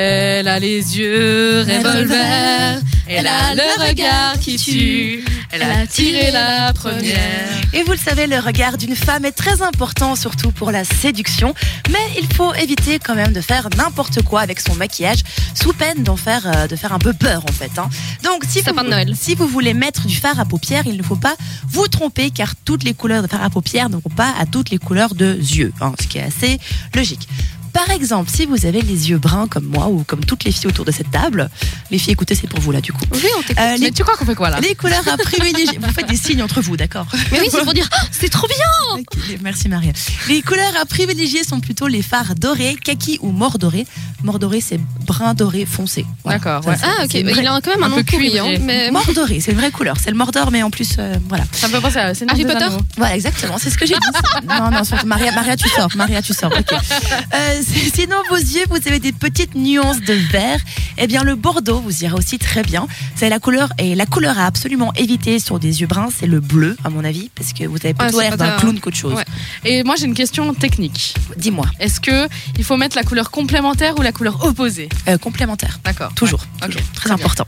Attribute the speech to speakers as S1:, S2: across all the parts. S1: Elle a les yeux revolver, elle a le regard qui tue, elle a tiré la première.
S2: Et vous le savez, le regard d'une femme est très important, surtout pour la séduction. Mais il faut éviter quand même de faire n'importe quoi avec son maquillage, sous peine d'en faire, euh, de faire un peu peur en fait. hein. Donc si vous,
S1: Sapin de Noël.
S2: si vous voulez mettre du fard à paupières, il ne faut pas vous tromper car toutes les couleurs de fard à paupières n'auront pas à toutes les couleurs de yeux, hein, ce qui est assez logique. Par exemple, si vous avez les yeux bruns comme moi ou comme toutes les filles autour de cette table, les filles, écoutez, c'est pour vous là du coup.
S1: Oui, on t'écoute.
S2: Euh, les-
S1: Mais tu crois qu'on fait quoi là
S2: Les couleurs à privilégier. Vous faites des signes entre vous, d'accord
S1: Mais oui, c'est pour dire, Ah, c'est trop bien
S2: Ok, Merci Maria. Les couleurs à privilégier sont plutôt les fards dorés, kaki ou mort doré. Mort doré, c'est brun doré foncé. Voilà.
S1: D'accord,
S2: Ça,
S1: ouais.
S2: c'est-
S1: Ah, ok.
S2: c'est
S1: Il a quand même un
S3: Un
S1: nom
S3: peu
S1: pourri,
S3: cuivré.
S1: hein, mais.
S2: Mort doré, c'est une vraie couleur. C'est le Mordor, mais en plus, euh, voilà.
S3: Ça me fait penser à Seigneur
S1: Harry
S3: des
S1: Potter
S3: Anneaux.
S2: Voilà, exactement. C'est ce que j'ai dit. non, non, surtout- Maria, Maria, tu sors. Maria, tu sors. ok. Euh, c'est- sinon, vos yeux, vous avez des petites nuances de vert. Eh bien, le bordeaux vous ira aussi très bien. C'est la couleur et la couleur à absolument éviter sur des yeux bruns, c'est le bleu, à mon avis, parce que vous avez plutôt
S1: c'est
S2: l'air
S1: pas
S2: d'un
S1: ça. hein.
S2: clown qu'autre chose.
S1: Ouais.
S3: Et moi j'ai une question technique.
S2: Dis-moi,
S3: Est-ce que il faut mettre la couleur complémentaire ou la couleur opposée
S2: euh, complémentaire.
S3: D'accord.
S2: Toujours.
S3: Ok.
S2: toujours. Très important.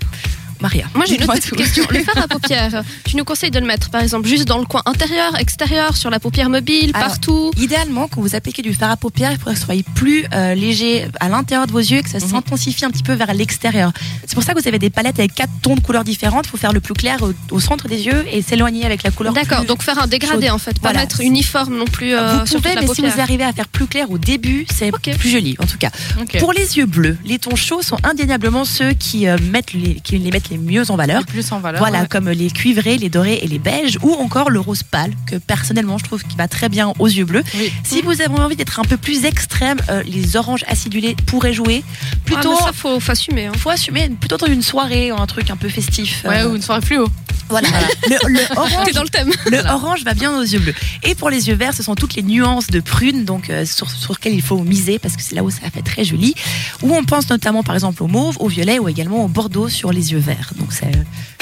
S2: Maria.
S1: Moi j'ai une autre
S2: dis-moi
S1: petite
S2: tout.
S1: question. Le fard à paupières, tu nous conseilles de le mettre par exemple juste dans le coin intérieur, extérieur, sur la paupière mobile,
S2: Alors,
S1: partout
S2: Idéalement, quand vous appliquez du fard à paupières, il faudrait que ce soit plus euh, léger à l'intérieur de vos yeux et que ça
S3: Mhm.
S2: s'intensifie un petit peu vers l'extérieur. C'est pour ça que vous avez des palettes avec quatre tons de couleurs différentes. Il faut faire le plus clair au, au centre des yeux et s'éloigner avec la couleur.
S1: D'accord,
S2: plus-
S1: donc faire un dégradé en fait, pas
S2: Voilà. Ah,
S1: mettre uniforme non plus euh,
S2: vous
S1: sur
S2: pouvez,
S1: toute la
S2: mais si
S1: paupière.
S2: vous arrivez à faire plus clair au début, c'est
S1: Ok.
S2: plus joli en tout cas.
S3: Ok.
S2: Pour les yeux bleus, les tons chauds sont indéniablement ceux qui, euh, mettent les, qui les mettent les mieux en valeur.
S3: Et plus en valeur.
S2: Voilà,
S1: euh,
S3: ouais.
S2: comme les cuivrés, les dorés et les beiges, ou encore le rose pâle, que personnellement je trouve qui va très bien aux yeux bleus.
S3: Oui.
S2: Si vous avez envie d'être un peu plus extrême, euh, les oranges acidulées pourraient jouer. Plutôt,
S1: Ah, mais ça faut, faut assumer. hein.
S2: faut assumer plutôt dans une soirée, un truc un peu festif.
S3: Ouais,
S2: euh,
S3: ou une soirée fluo.
S2: voilà. Le, le
S1: T'es
S2: orange,
S1: dans le thème.
S2: le orange va bien aux yeux bleus. Et pour les yeux verts, ce sont toutes les nuances de prunes, donc euh, sur, sur lesquelles il faut miser, parce que c'est là où ça fait très joli. Où on pense notamment par exemple au mauve, au violet ou également au bordeaux sur les yeux verts. Donc c'est euh,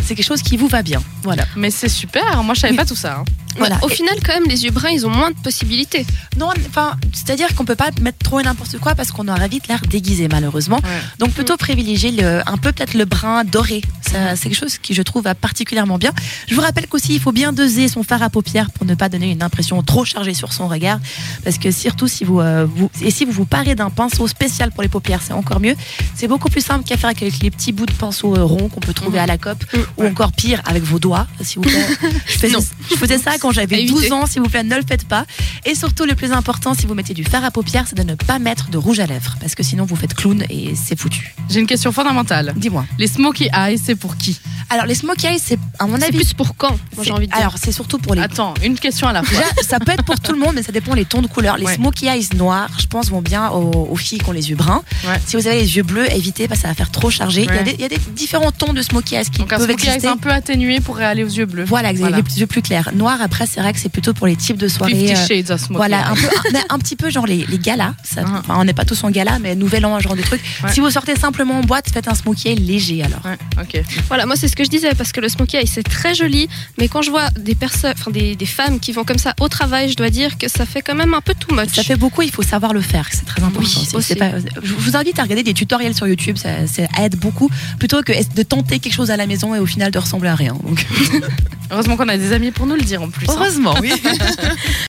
S2: c'est quelque chose qui vous va bien. Voilà.
S3: Mais c'est super, moi je savais pas tout ça. hein.
S2: Voilà.
S1: Ouais, Au final, quand même, les yeux bruns, ils ont moins de possibilités.
S2: Non, enfin, c'est-à-dire qu'on peut pas mettre trop et n'importe quoi parce qu'on aura vite l'air déguisé malheureusement.
S3: Ouais.
S2: Donc plutôt privilégier le, un peu peut-être le brun doré. Ça, c'est quelque chose qui je trouve va particulièrement bien. Je vous rappelle qu'aussi il faut bien doser son fard à paupières pour ne pas donner une impression trop chargée sur son regard, parce que surtout si vous, euh, vous et si vous vous parez d'un pinceau spécial pour les paupières, c'est encore mieux. C'est beaucoup plus simple qu'à faire avec les petits bouts de pinceau euh, ronds qu'on peut trouver
S3: Mhm.
S2: à la COP,
S1: Mhm.
S2: ou encore pire avec vos doigts, s'il vous plaît. je, faisais,
S1: Non.
S2: je faisais ça quand
S1: À
S2: j'avais
S1: éviter.
S2: 12 ans, s'il vous plaît, ne le faites pas. Et surtout, le plus important, si vous mettez du fard à paupières, c'est de ne pas mettre de rouge à lèvres, parce que sinon vous faites clown et c'est foutu.
S3: J'ai une question fondamentale.
S2: Dis-moi.
S3: Les smokey eyes, c'est pour qui
S2: Alors les smoky eyes, c'est à mon
S1: C'est
S2: avis.
S1: plus pour quand, moi j'ai
S2: c'est-
S1: envie de dire.
S2: Alors c'est surtout pour les.
S3: Attends, une question à la fois.
S2: Déjà, ça peut être pour tout le monde, mais ça dépend les tons de couleur. Les
S3: Ouais.
S2: smoky eyes noirs, je pense, vont bien aux, aux filles qui ont les yeux bruns.
S3: Ouais.
S2: Si vous avez les yeux bleus, évitez, parce que ça va faire trop chargé. Il, y a
S3: Ouais.
S2: des, il y a des différents tons de smoky eyes qui
S3: Donc un
S2: peuvent
S3: smokey eyes
S2: exister.
S3: un peu atténué pour aller aux yeux bleus.
S2: Voilà, vous avez
S3: Voilà.
S2: les yeux plus clairs. Noir, après, c'est vrai que c'est plutôt pour les types de soirées.
S3: Fifty
S2: euh,
S3: shades of smokey
S2: Voilà,
S3: eyes.
S2: un, peu, un, un petit peu genre les, les galas. Ça,
S3: Ah.
S2: enfin, on n'est pas tous en gala, mais nouvel an, genre de truc.
S3: Ouais.
S2: Si vous sortez simplement en boîte, faites un smoky eye léger alors.
S3: Ouais, ok.
S1: Voilà, moi c'est ce que je disais parce que le smokey eye c'est très joli, mais quand je vois des personnes, enfin des, des femmes qui vont comme ça au travail, je dois dire que ça fait quand même un peu too much.
S2: Ça fait beaucoup, il faut savoir le faire, c'est très important.
S1: Oui,
S2: C'est- c'est
S1: aussi.
S2: pas- je vous invite à regarder des tutoriels sur YouTube, ça, ça aide beaucoup, plutôt que de tenter quelque chose à la maison et au final de ressembler à rien. Donc,
S3: Heureusement qu'on a des amis pour nous le dire en plus. hein.
S2: heureusement, oui.